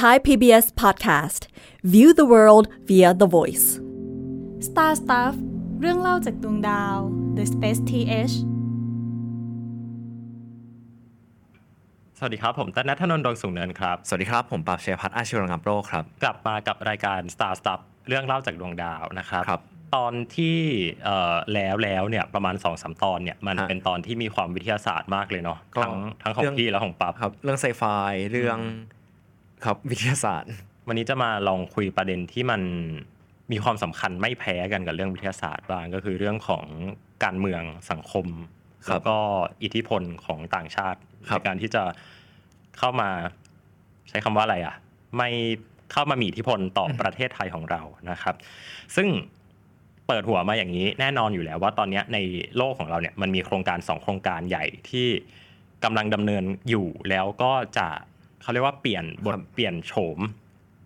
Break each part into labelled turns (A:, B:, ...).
A: Thai PBS Podcast View the world via the voice
B: Star Stuff เรื่องเล่าจากดวงดาว The Space TH
C: สวัสดีครับ ผมตันนัทธนนท์ดวงสูงเนินครับ
D: สวัสดีครับ ผมปราบเชยพัฒน์อาชีวรังกัมโรครับ
C: กลับมากับรายการ Star Stuff เรื่องเล่าจากดวงดาวนะครับ
D: ครับ
C: ตอนที่เอ่อแล้วแล้วเนี่ยประมาณ2อสตอนเนี่ยมัน
D: ฮะ
C: เป็นตอนที่มีความวิทยาศาสตร์มากเลยเนาะ
D: ก็
C: ทั้งทั้งของ
D: เรื่อง
C: พี่และของปั๊บ
D: ครับ เรื่องไซไฟเรื่องครับวิทยาศาสตร์
C: วันนี้จะมาลองคุยประเด็นที่มันมีความสำคัญไม่แพ้กันกับเรื่องวิทยาศาสตร์บ้างก็คือเรื่องของการเมืองสังคม
D: ครับ
C: แล้วก็อิทธิพลของต่างชาติ
D: ครั
C: ใน
D: บ
C: การที่จะเข้ามาใช้คำว่าอะไรอ่ะ ไม่เข้ามามีอิทธิพลต่อประเทศไทยของเรานะครับ ซึ่งเปิดหัวมาอย่างนี้แน่นอนอยู่แล้วว่าตอนเนี้ยในโลกของเราเนี่ยมันมีโครงการสองโครงการใหญ่ที่กำลังดำเนินอยู่แล้วก็จะเขาเรียกว่าเปลี่ยนบท
D: ครับ
C: เปลี่ยนโฉม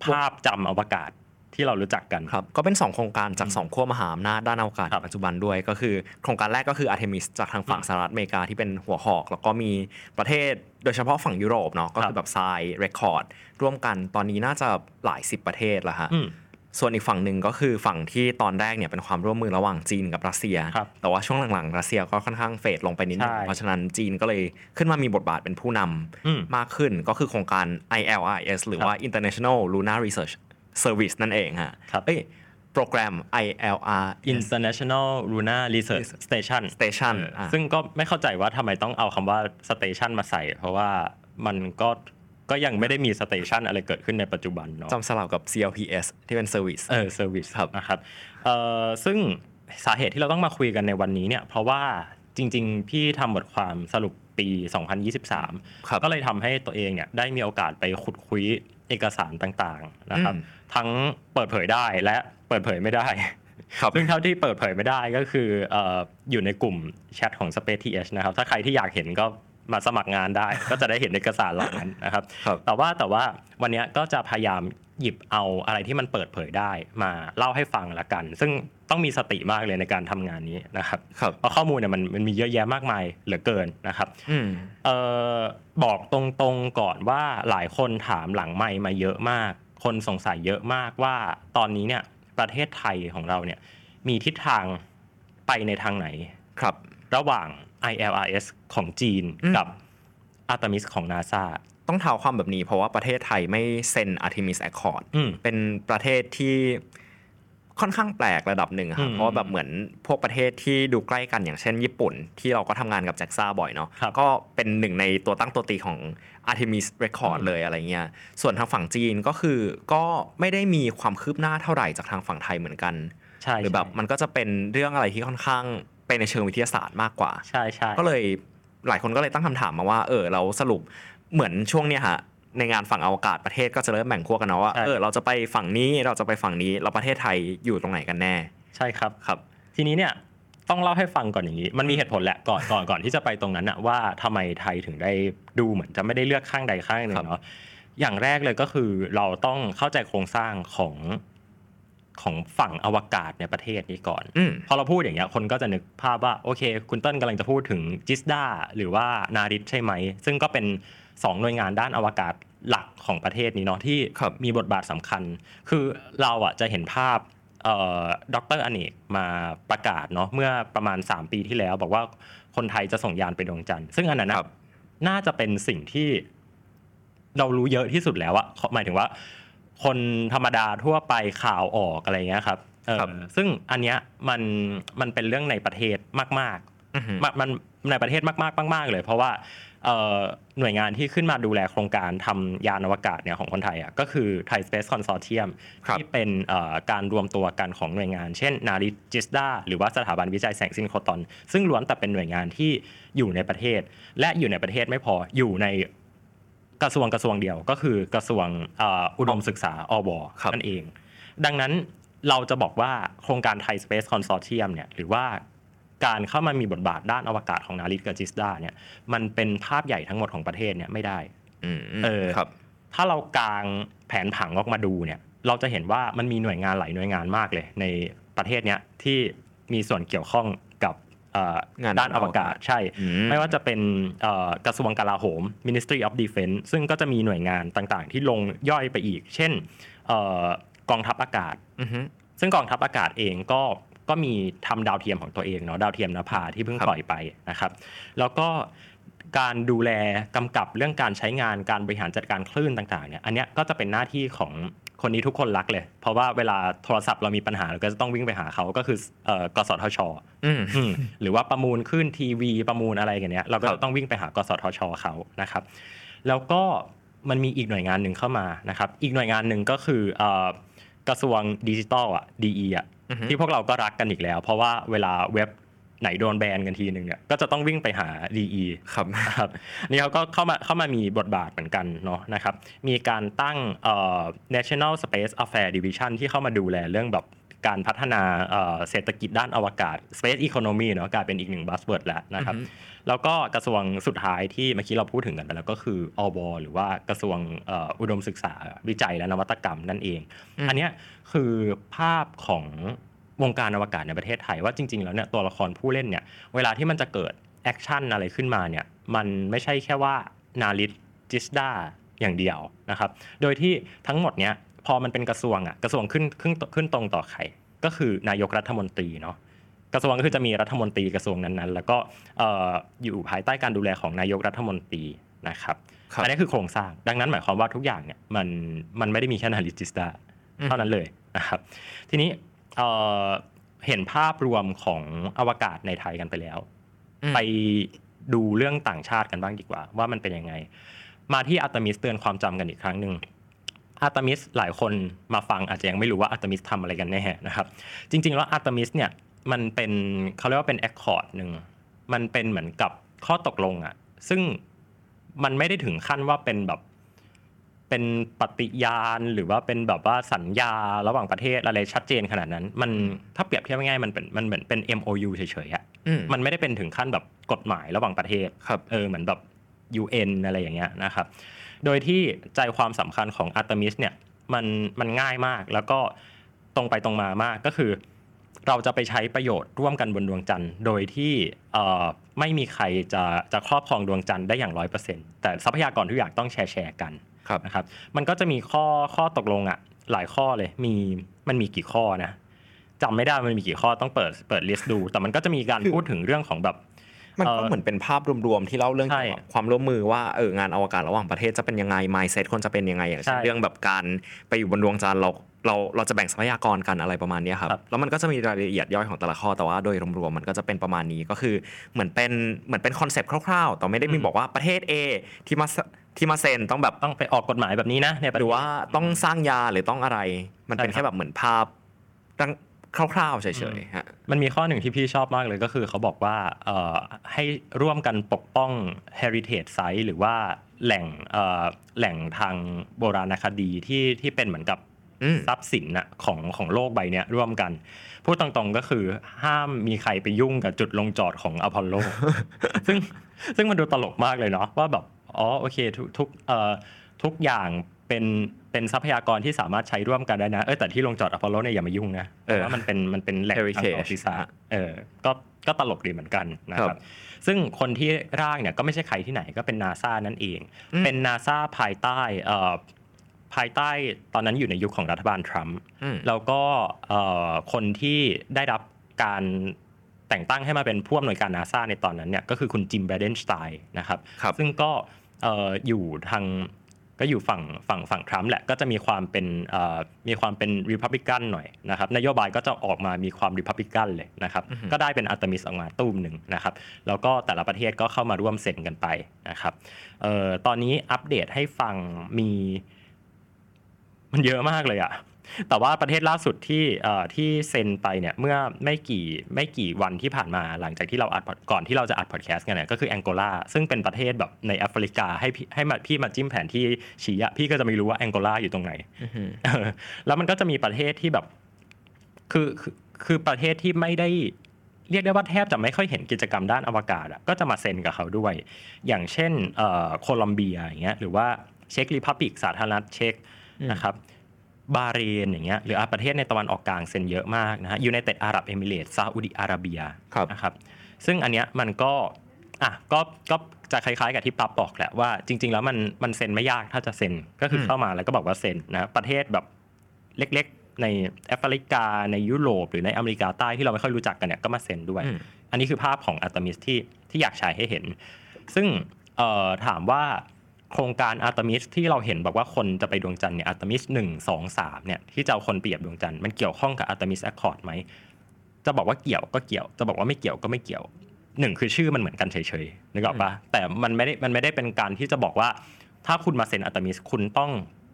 C: ภาพจำอวกาศที่เรารู้จักกัน
D: ครับ ก็เป็น 2 โครงการจากสองขั้วมหาอำนาจด้านอวกาศ
C: ครับ
D: ปัจจุบันด้วย ก็คือโครงการแรกก็คือ Artemis จากทางฝั่ง
C: อืม
D: สหรัฐอเมริกาที่เป็นหัวหอก แล้วก็มีประเทศโดยเฉพาะฝั่งยุโรปเนาะก็
C: ครั
D: คื
C: บ
D: อแบบทรายเรคคอร์ดร่วมกันตอนนี้น่าจะหลาย 10 ประเทศแล้วฮะ
C: อืม
D: ส่วนอีกฝั่งหนึ่งก็คือฝั่งที่ตอนแรกเนี่ยเป็นความร่วมมือระหว่างจีนกับรัสเซีย
C: ครับ
D: แต่ว่าช่วงหลังๆ รัสเซียก็ค่อนข้างเฟดลงไปนิดนึง
C: ใช่
D: เพราะฉะนั้นจีนก็เลยขึ้นมามีบทบาทเป็นผู้นำ
C: อืม
D: มากขึ้นก็คือโครงการ ILRS หรือว่า International Lunar Research Service นั่นเองฮะ
C: ครับ
D: เอ้ยโปรแกรม ILR
C: International Lunar Research Station
D: Station
C: เอออ่ะ
D: อ่ะ
C: ซึ่งก็ไม่เข้าใจว่าทำไมต้องเอาคำว่า station มาใส่ เพราะว่ามันก็ก็ยังไม่ได้มี station อะไรเกิดขึ้นในปัจจุบันเนาะ
D: จำสลับกับ CLPS ที่เป็น Service
C: เออเซอร์วิส
D: ครับ
C: นะครับเอ่อซึ่งสาเหตุที่เราต้องมาคุยกันในวันนี้เนี่ย เพราะว่าจริง ๆ พี่ทำบทความสรุปปี 2023
D: ครับ
C: ก็เลยทำให้ตัวเองเนี่ยได้มีโอกาสไปขุดคุยเอกสารต่างๆนะครับ
D: อืม
C: ทั้งเปิดเผยได้และเปิดเผยไม่ได้
D: ครับ
C: ซึ่งเท่าที่เปิดเผยไม่ได้ก็คือเอ่ออยู่ในกลุ่มแชทของ Space TH นะครับ ถ้าใครที่อยากเห็นก็มาสมัครงานได้ ก็จะได้เห็นเอกสารเหล่านั้นนะครับ
D: ครับ
C: แต่ว่าแต่ว่าวันเนี้ยก็จะพยายามหยิบเอาอะไรที่มันเปิดเผยได้มาเล่าให้ฟังละกัน ซึ่งต้องมีสติมากเลยในการทำงานนี้นะครับ
D: ครับ
C: เพราะข้อมูลเนี่ยมันมันมีเยอะแยะมากมายเหลือเกินนะครับ
D: อืม
C: เออบอกตรงๆก่อนว่าหลายคนถามหลังไม่มาเยอะมาก คนสงสัยเยอะมากว่าตอนนี้เนี่ยประเทศไทยของเราเนี่ยมีทิศทางไปในทางไหน
D: ครับ
C: ระหว่าง ILRS ของจีน
D: อืม
C: กับ Artemis ของ NASA
D: ต้องเท้าความแบบนี้เพราะว่าประเทศไทยไม่เซ็น Artemis Accord
C: อืม
D: เป็นประเทศที่ค่อนข้างแปลกระดับหนึ่งอะครั
C: อื
D: บ
C: ม
D: เพราะว่าแบบเหมือนพวกประเทศที่ดูใกล้กันอย่างเช่นญี่ปุ่น ที่เราก็ทำงานกับแจ็กซ่าบ่อยเนาะ
C: ครับ
D: ก็เป็นหนึ่งในตัวตั้งตัวตีของ Artemis Record
C: อืม
D: เลยอะไรเงี้ยส่วนทางฝั่งจีนก็คือก็ไม่ได้มีความคืบหน้าเท่าไหร่จากทางฝั่งไทยเหมือนกัน
C: ใช่
D: หรือแบบมันก็จะเป็นเรื่องอะไรที่ค่อนข้างเป็นในเชิงวิทยาศาสตร์มากกว่า
C: ใช่ใช่
D: ก็เลยหลายคนก็เลยตั้งคำถามมาว่า เออเราสรุปเหมือนช่วงเนี้ยฮะในงานฝั่งอวกาศประเทศก็จะเริ่มแบ่งขั้วกันเนาะว่า
C: ใช่
D: เออเราจะไปฝั่งนี้เราจะไปฝั่งนี้เราประเทศไทยอยู่ตรงไหนกันแน่
C: ใช่ครับ
D: ครับ
C: ทีนี้เนี่ยต้องเล่าให้ฟังก่อนอย่างนี้ มันมีเหตุผลแหละก่อนก่อนก่อนที่จะไปตรงนั้นอะว่าทำไมไทยถึงได้ดูเหมือนจะไม่ได้เลือกข้างใดข้างหนึ่งเนาะอย่างแรกเลยก็คือเราต้องเข้าใจโครงสร้างของของฝั่งอวกาศในประเทศนี้ก่อน
D: อืม
C: พอเราพูดอย่างเงี้ยคนก็จะนึกภาพว่าโอเค คุณเต้นกำลังจะพูดถึงจิสดาหรือว่านาริตใช่ไหม ซึ่งก็เป็น 2 หน่วยงานด้านอวกาศหลักของประเทศนี้เนาะที่
D: ครับ
C: มีบทบาทสำคัญ คือเราอ่ะจะเห็นภาพดอกเตอร์อเนกมาประกาศเนาะเมื่อประมาณ 3 ปีที่แล้ว บอกว่าคนไทยจะส่งยานไปดวงจันทร์ซึ่งอันนั้น
D: ค
C: นะ
D: รับ
C: น่าจะเป็นสิ่งที่ เรารู้เยอะที่สุดแล้วอะขอหมายถึงว่า คนธรรมดาทั่วไปข่าวออกอะไรเงี้ยครับเออ
D: ครับ
C: ซึ่งอันเนี้ยมันมันเป็นเรื่องในประเทศมากๆ
D: อื้อหือ
C: มันมันในประเทศมากๆมากๆเลย เพราะว่าเอ่อหน่วยงานที่ขึ้นมาดูแลโครงการทำยานอวกาศเนี่ยของคนไทยอ่ะก็คือ Thai Space Consortium
D: ครับ
C: ที่เป็นเอ่อการรวมตัวกันของหน่วยงาน เช่นนาริจิสดาหรือว่าสถาบันวิจัยแสงซินโครตอน ซึ่งล้วนแต่เป็นหน่วยงานที่อยู่ในประเทศ และอยู่ในประเทศไม่พออยู่ในกระทรวงกระทรวงเดียว ก็คือกระทรวงเอ่ออุดมศึกษาอว
D: ครับ
C: นั่นเอง ดังนั้นเราจะบอกว่าโครงการ Thai Space Consortium เนี่ยหรือว่าการเข้ามามีบทบาทด้านอวกาศของนาริตกับจิสดาเนี่ยมันเป็นภาพใหญ่ทั้งหมดของประเทศเนี่ยไม่ได้
D: อืม
C: เออ
D: ครับ
C: ถ้าเรากางแผนผังออกมาดูเนี่ยเราจะเห็นว่ามันมีหน่วยงานหลายหน่วยงานมากเลย ในประเทศเนี้ยที่มีส่วนเกี่ยวข้องกับ เอ่อง
D: าน
C: ด้านอวกาศใช่
D: อืม
C: ไม่ว่าจะเป็นเอ่อกระทรวงกลาโหม Ministry of Defense ซึ่งก็จะมีหน่วยงานต่างๆ ที่ลงย่อยไปอีก เช่นเอ่อกองทัพอากาศ
D: อือฮึ
C: ซึ่งกองทัพอากาศเองก็ก็มีทำดาวเทียมของตัวเองเนาะดาวเทียมนภาที่เพิ่ง
D: ครับ
C: ปล่อยไปนะครับ แล้วก็การดูแลกำกับเรื่องการใช้งานการบริหารจัดการคลื่นต่างๆเนี่ยอันเนี้ยก็จะเป็นหน้าที่ของคนนี้ทุกคนรักเลย เพราะว่าเวลาโทรศัพท์เรามีปัญหาเราก็จะต้องวิ่งไปหาเขาก็คือเอ่อกสทช
D: อืม
C: อืมหรือว่าประมูลขึ้นทีวีประมูลอะไรกันเนี้ยเราก็
D: ครับ
C: จะต้องวิ่งไปหากสทชเขานะครับ แล้วก็มันมีอีกหน่วยงานหนึ่งเข้ามานะครับ อีกหน่วยงานหนึ่งก็คือเอ่อกระทรวงดิจิทัลอ่ะ DE อ่ะ
D: อือฮึ
C: ที่พวกเราก็รักกันอีกแล้ว เพราะว่าเวลาเว็บไหนโดนแบนกันทีหนึ่งเนี่ยก็จะต้องวิ่งไปหา DE
D: ครับ
C: ครับนี่เขาก็เข้ามาเข้ามามีบทบาทเหมือนกันเนาะนะครับ มีการตั้งเอ่อ National Space Affairs Division ที่เข้ามาดูแลเรื่องแบบการพัฒนาเอ่อเศรษฐกิจด้านอวกาศ Space Economy เนาะกลายเป็นอีกหนึ่งบัสเวิร์ดแล้วนะครับ
D: อือฮึ
C: แล้วก็กระทรวงสุดท้ายที่เมื่อกี้เราพูดถึงกันไปแล้วก็คืออบหรือว่ากระทรวงเอ่ออุดมศึกษาวิจัยและนวัตกรรมนั่นเอง อันเนี้ยคือภาพของวงการอวกาศในประเทศไทยว่าจริง ๆ แล้วเนี่ยตัวละครผู้เล่นเนี่ยเวลาที่มันจะเกิดแอคชั่นอะไรขึ้นมาเนี่ยมันไม่ใช่แค่ว่านาริตจิสดาอย่างเดียวนะครับโดยที่ทั้งหมดเนี่ยพอมันเป็นกระทรวงอะกระทรวงขึ้นขึ้นขึ้นตรงต่อใครก็คือนายกรัฐมนตรีเนาะ กระทรวงก็คือจะมีรัฐมนตรีกระทรวงนั้นๆ แล้วก็เอ่ออยู่ภายใต้การดูแลของนายกรัฐมนตรีนะครับ
D: ครับ
C: อันนี้คือโครงสร้าง ดังนั้นหมายความว่าทุกอย่างเนี่ยมันมันไม่ได้มีแค่นาริจิสตา
D: อืม
C: เท่านั้นเลยนะครับ ทีนี้เอ่อเห็นภาพรวมของอวกาศในไทยกันไปแล้ว
D: อืม
C: ไปดูเรื่องต่างชาติกันบ้างดีกว่า ว่ามันเป็นยังไง มาที่อัตมิสเตือนความจำกันอีกครั้งหนึ่งอัตมิสหลายคนมาฟังอาจจะยังไม่รู้ว่าอัตมิสทำอะไรกันแน่นะครับ จริงๆ แล้วอัตมิสเนี่ยมันเป็นเขาเรียกว่าเป็นแอคคอร์ดหนึ่งมันเป็นเหมือนกับข้อตกลงอะซึ่งมันไม่ได้ถึงขั้นว่าเป็นแบบเป็นปฏิญาณหรือว่าเป็นแบบว่าสัญญาระหว่างประเทศอะไรชัดเจนขนาดนั้น มันถ้าเปรียบเทียบง่ายๆมันเป็นมันเหมือนเป็น MOU เฉยๆอะ
D: อืม
C: มันไม่ได้เป็นถึงขั้นแบบกฎหมายระหว่างประเทศ
D: ครับ
C: เออเหมือนแบบ UN อะไรอย่างเงี้ยนะครับ โดยที่ใจความสำคัญของอัตมิสเนี่ยมันมันง่ายมากแล้วก็ตรงไปตรงมามากก็คือ เราจะไปใช้ประโยชน์ร่วมกันบนดวงจันทร์ โดยที่เอ่อไม่มีใครจะจะครอบครองดวงจันทร์ได้อย่างร้อยเปอร์เซ็นต์แต่ทรัพยากรทุกอย่างต้องแชร์แชร์กัน
D: ครับ
C: นะครับ มันก็จะมีข้อข้อตกลงอะหลายข้อเลยมีมันมีกี่ข้อนะจำไม่ได้มันมีกี่ข้อต้องเปิดเปิดลิสต์ดู แต่มันก็จะมีการพูดถึงเรื่องของแบบ
D: มันก็
C: เอ่อ
D: เหมือนเป็นภาพรวมๆที่เล่าเรื่อง
C: ใช่
D: เกี่ยวกับความร่วมมือว่าเอองานอวกาศระหว่างประเทศจะเป็นยังไง mindset คนจะเป็นยังไงอย่างเช่น
C: ใช่
D: เรื่องแบบการไปอยู่บนดวงจันทร์เราเราเราจะแบ่งทรัพยากรกันอะไรประมาณเนี้ยครับ
C: ครับ
D: แล้วมันก็จะมีรายละเอียดย่อยของแต่ละข้อแต่ว่าโดยรวมๆมันก็จะเป็นประมาณนี้ก็คือเหมือนเป็นเหมือนเป็นคอนเซปต์คร่าวๆแต่ไม่ได้มีบอกว่าประเทศ A ที่มาที่มาเซ็นต้องแบบ
C: ต้องไปออกกฎหมายแบบนี้นะในประ
D: ห
C: เท
D: รื
C: ศ
D: อว่าต้องสร้างยาหรือต้องอะไร มันเป็น
C: ใช่ครับ
D: แค่แบบเหมือนภาพตั้งคร่าวๆเฉยๆฮะ
C: มันมีข้อหนึ่งที่พี่ชอบมากเลยก็คือเขาบอกว่าเอ่อให้ร่วมกันปกป้อง heritage site หรือว่าแหล่งเอ่อแหล่งทางโบราณคดีที่ที่เป็นเหมือนกับ
D: อืม
C: ทรัพย์สินน่ะของของโลกใบเนี้ยร่วมกัน พูดตรงๆก็คือห้ามมีใครไปยุ่งกับจุดลงจอดของอพอลโล ซึ่งซึ่งมันดูตลกมากเลยเนาะว่าแบบอ๋อโอเคทุกทุกเอ่อทุกอย่างเป็นเป็นทรัพยากรที่สามารถใช้ร่วมกันได้นะเออแต่ที่ลงจอดอพอลโลเนี่ยอย่ามายุ่งนะเพราะว่ามันเป็นมันเป็นแหล่งทางประวัติศาสตร์ เออก็ก็ตลกดีเหมือนกันนะค
D: ครั
C: รับ
D: บ
C: ซึ่งคนที่ร่างเนี่ยก็ไม่ใช่ใครที่ไหนก็เป็นนาซานั่นเอง
D: อืม
C: เป็นนาซาภายใต้เอ่อภายใต้ตอนนั้นอยู่ในยุคของรัฐบาลทรัมป์
D: อืม
C: แล้วก็เอ่อคนที่ได้รับการแต่งตั้งให้มาเป็นผู้อำนวยการนาซาในตอนนั้นเนี่ยก็คือคุณจิมแบรเดนสไตน์นะครับ
D: ครับ
C: ซึ่งก็เอ่ออยู่ทางก็อยู่ฝั่งฝั่งฝั่งทรัมป์แหละก็จะมีความเป็นเอ่อมีความเป็นริพับลิกันหน่อยนะครับนโยบายก็จะออกมามีความริพับลิกันเลยนะครับ
D: อือฮึ
C: ก็ได้เป็นอัตมิสออกมาตู้มหนึ่งนะครับ แล้วก็แต่ละประเทศก็เข้ามาร่วมเซ็นกันไปนะครับเอ่อตอนนี้อัปเดตให้ฟังมี มันเยอะมากเลยอะแต่ว่าประเทศล่าสุดที่เอ่อที่เซ็นไปเนี่ยเมื่อไม่กี่ไม่กี่วันที่ผ่านมาหลังจากที่เราอัด pod- ก่อนที่เราจะอัดพอดแคสต์กันเนี่ยก็คือแองโกลาซึ่งเป็นประเทศแบบในแอฟริกาให้พี่ให้มาพี่มาจิ้มแผนที่ชี้อะพี่ก็จะไม่รู้ว่าแองโกลาอยู่ตรงไหน
D: อือฮึ
C: เออแล้วมันก็จะมีประเทศที่แบบคือคือคือประเทศที่ไม่ได้เรียกได้ว่าแทบจะไม่ค่อยเห็นกิจกรรมด้านอวกาศอะก็จะมาเซ็นกับเขาด้วย อย่างเช่นเอ่อโคลอมเบียอย่างเงี้ยหรือว่าเช็กริพับลิกสาธารณรัฐเช็ก
D: อืม
C: นะครับบาเรนอย่างเงี้ยหรืออ่ะประเทศในตะวันออกกลางเซ็นเยอะมากนะฮะยูไนเต็ดอาหรับเอมิเรตซาอุดิอาระเบีย
D: ครับ
C: นะครับ ซึ่งอันเนี้ยมันก็อ่ะก็ก็จะคล้ายๆ กับที่ปั๊บบอกแหละว่าจริง ๆ แล้วมันมันเซ็นไม่ยากถ้าจะเซ็นก็คือ
D: ม
C: เข้ามาแล้วก็บอกว่าเซ็นนะประเทศแบบเล็กๆ ในแอฟริกาในยุโรปหรือในอเมริกาใต้ที่เราไม่ค่อยรู้จักกันเนี่ยก็มาเซ็นด้วย
D: อืม
C: อันนี้คือภาพของอัตมิสที่ที่อยากฉายให้เห็น ซึ่งเอ่อถามว่าโครงการอัตมิสที่เราเห็นบอกว่าคนจะไปดวงจันทร์เนี่ยอัตมิสหนึ่งสองสามเนี่ยที่จะเอาคนเปรียบดวงจันทร์มันเกี่ยวข้องกับอัตมิสแอคคอร์ดไหม จะบอกว่าเกี่ยวก็เกี่ยว จะบอกว่าไม่เกี่ยวก็ไม่เกี่ยวหนึ่งคือชื่อมันเหมือนกันเฉยๆนึกออกปะแต่มันไม่ได้มันไม่ได้เป็นการที่จะบอกว่า ถ้าคุณมาเซ็นอัตมิสคุณต้อง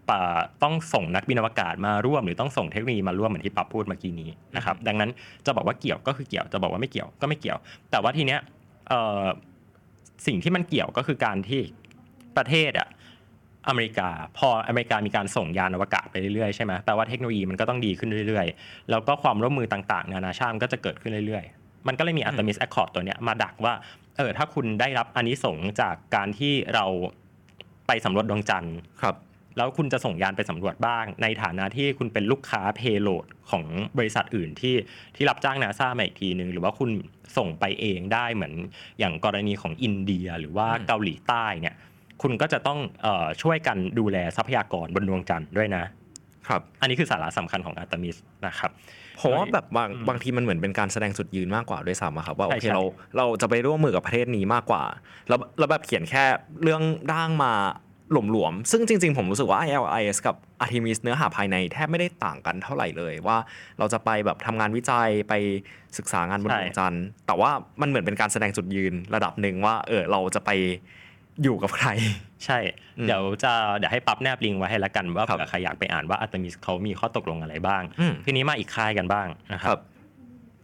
C: ป่าต้องส่งนักบินอวกาศมาร่วม หรือต้องส่งเทคโนโลยีมาร่วมเหมือนที่ปับพูดเมื่อกี้นี้นะครับดังนั้นจะบอกว่าเกี่ยวก็คือเกี่ยวจะบอกว่าไม่เกี่ยวก็ไม่เกี่ยว แต่ว่าทีเนี้ยเอ่อสิ่งที่มันเกี่ยวก็คือการที่ประเทศอะอเมริกา พออเมริกามีการส่งยานอวกาศไปเรื่อยๆใช่ไหมแปลว่าเทคโนโลยีมันก็ต้องดีขึ้นเรื่อยๆ แล้วก็ความร่วมมือต่างๆ นานาชาติมันก็จะเกิดขึ้นเรื่อยๆ มันก็เลยมีอัตมิสแอคคอร์ดตัวเนี้ยมาดักว่าเออถ้าคุณได้รับอันนี้สงส์จากการที่เราไปสำรวจดวงจันทร์
D: ครับ
C: แล้วคุณจะส่งยานไปสำรวจบ้าง ในฐานะที่คุณเป็นลูกค้าเพโลดของบริษัทอื่นที่ที่รับจ้างนาซามาอีกทีหนึ่งหรือว่าคุณส่งไปเองได้เหมือนอย่างกรณีของอินเดียหรือว่า
D: อืม
C: เกาหลีใต้เนี่ยคุณก็จะต้องเออช่วยกันดูแลทรัพยากรบนดวงจันทร์ด้วยนะ
D: ครับ
C: อันนี้คือสาระสำคัญของอาร์ตมิสนะครับ
D: ผมว่าแบบบาง
C: อืม
D: บางทีมันเหมือนเป็นการแสดงจุดยืนมากกว่าด้วยซ้ำอะครับว่า
C: ใช่
D: โอเค
C: ใช่
D: เราเราจะไปร่วมมือกับประเทศนี้มากกว่าแล้วแล้วแบบเขียนแค่เรื่องร่างมาหลวมหลวมๆซึ่งจริง ๆ ผมรู้สึกว่า ILIS กับ Artemis เนื้อหาภายในแทบไม่ได้ต่างกันเท่าไหร่เลยว่าเราจะไปแบบทำงานวิจัยไปศึกษางานบนดวงจันทร์แต่ว่ามันเหมือนเป็นการแสดงจุดยืนระดับหนึ่งว่าเออเราจะไปอยู่กับใคร
C: ใช่
D: อืม
C: เดี๋ยวจะเดี๋ยวให้ปั๊บแนบลิงก์ไว้ให้ละกันว่า
D: ครับ
C: เผื่อใครอยากไปอ่านว่าอาร์ตมิสเขามีข้อตกลงอะไรบ้าง
D: อืม
C: ทีนี้มาอีกค่ายกันบ้างนะค
D: ค
C: รั
D: รับ บ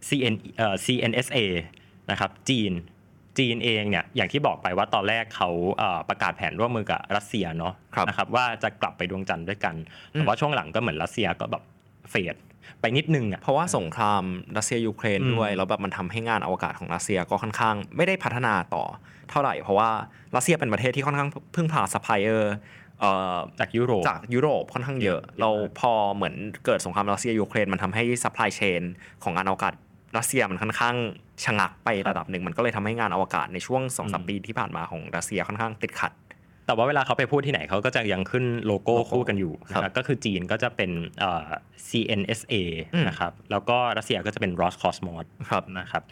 C: CN เอ่อ CNSA นะครับจีนจีนเองเนี่ยอย่างที่บอกไปว่าตอนแรกเขาเอ่อประกาศแผนร่วมมือกับรัสเซียเนาะ
D: ครับ
C: นะครับว่าจะกลับไปดวงจันทร์ด้วยกัน
D: อืม
C: แต่ว่าช่วงหลังก็เหมือนรัสเซียก็แบบเฟดไปนิดนึงอ่ะ
D: เพราะว่าสงครามรัสเซียยูเครน
C: อืม
D: ด้วยแล้วแบบมันทำให้งานอวกาศของรัสเซียก็ค่อนข้างไม่ได้พัฒนาต่อเท่าไหร่ เพราะว่ารัสเซียเป็นประเทศที่ค่อนข้างพึ่งพาซัพพลายเออร์เอ่อ
C: จากยุโรป
D: จากยุโรปค่อนข้างเยอะ เราพอเหมือนเกิดสงครามรัสเซียยูเครนมันทำให้ซัพพลายเชนของงานอวกาศรัสเซียมันค่อนข้างชะงักไประดับหนึ่งมันก็เลยทำให้งานอวกาศในช่วงสองสาม
C: อืม
D: ปีที่ผ่านมาของรัสเซียค่อนข้างติดขัด
C: แต่ว่าเวลาเขาไปพูดที่ไหนเขาก็จะยังขึ้นโลโก้
D: โลโก้
C: คู่กันอยู่นะค
D: ครั
C: รับบ ก็คือจีนก็จะเป็นเอ่อ CNSA
D: อืม
C: นะครับแล้วก็รัสเซียก็จะเป็น Roscosmos
D: ครับ
C: นะครับ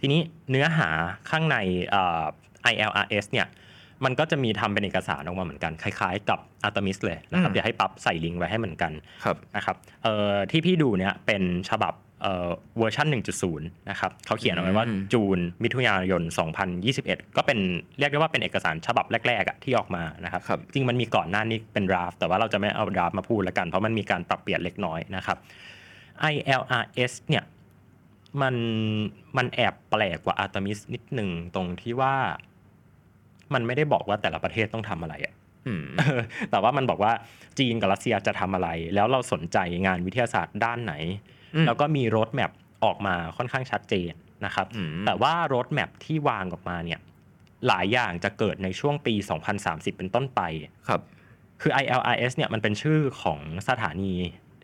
C: ทีนี้เนื้อหาข้างในเอ่อ ILRS เนี่ยมันก็จะมีทำเป็นเอกสารออกมาเหมือนกัน คล้ายๆ กับอัตมิสเลยนะครับ
D: อืม
C: เดี๋ยวให้ปั๊บใส่ลิงก์ไว้ให้เหมือนกัน
D: ครับ
C: นะครับเอ่อที่พี่ดูเนี่ยเป็นฉบับเอ่อเวอร์ชัน1.0 นะครับเขาเขียนเอาไว้ว่า
D: อืม
C: จูนมิถุนายน 2021 ก็เป็นเรียกได้ว่าเป็นเอกสารฉบับแรกๆอะที่ออกมานะครับ
D: ครับ
C: จริงมันมีก่อนหน้านี้เป็นดราฟแต่ว่าเราจะไม่เอาดราฟมาพูดแล้วกัน เพราะมันมีการปรับเปลี่ยนเล็กน้อยนะครับ ILRS เนี่ยมันมันแอบแปลกกว่าอาร์ตมิสนิดหนึ่งตรงที่ว่า มันไม่ได้บอกว่าแต่ละประเทศต้องทำอะไรอะ
D: อืม
C: แต่ว่ามันบอกว่าจีนกับรัสเซียจะทำอะไร แล้วเราสนใจงานวิทยาศาสตร์ด้านไหน
D: อืม
C: แล้วก็มีรถแมพออกมาค่อนข้างชัดเจนนะครับ
D: อืม
C: แต่ว่ารถแมพที่วางออกมาเนี่ยหลายอย่างจะเกิดในช่วงปี 2030 เป็นต้นไป
D: ครับ
C: คือ ILRS เนี่ยมันเป็นชื่อของสถานี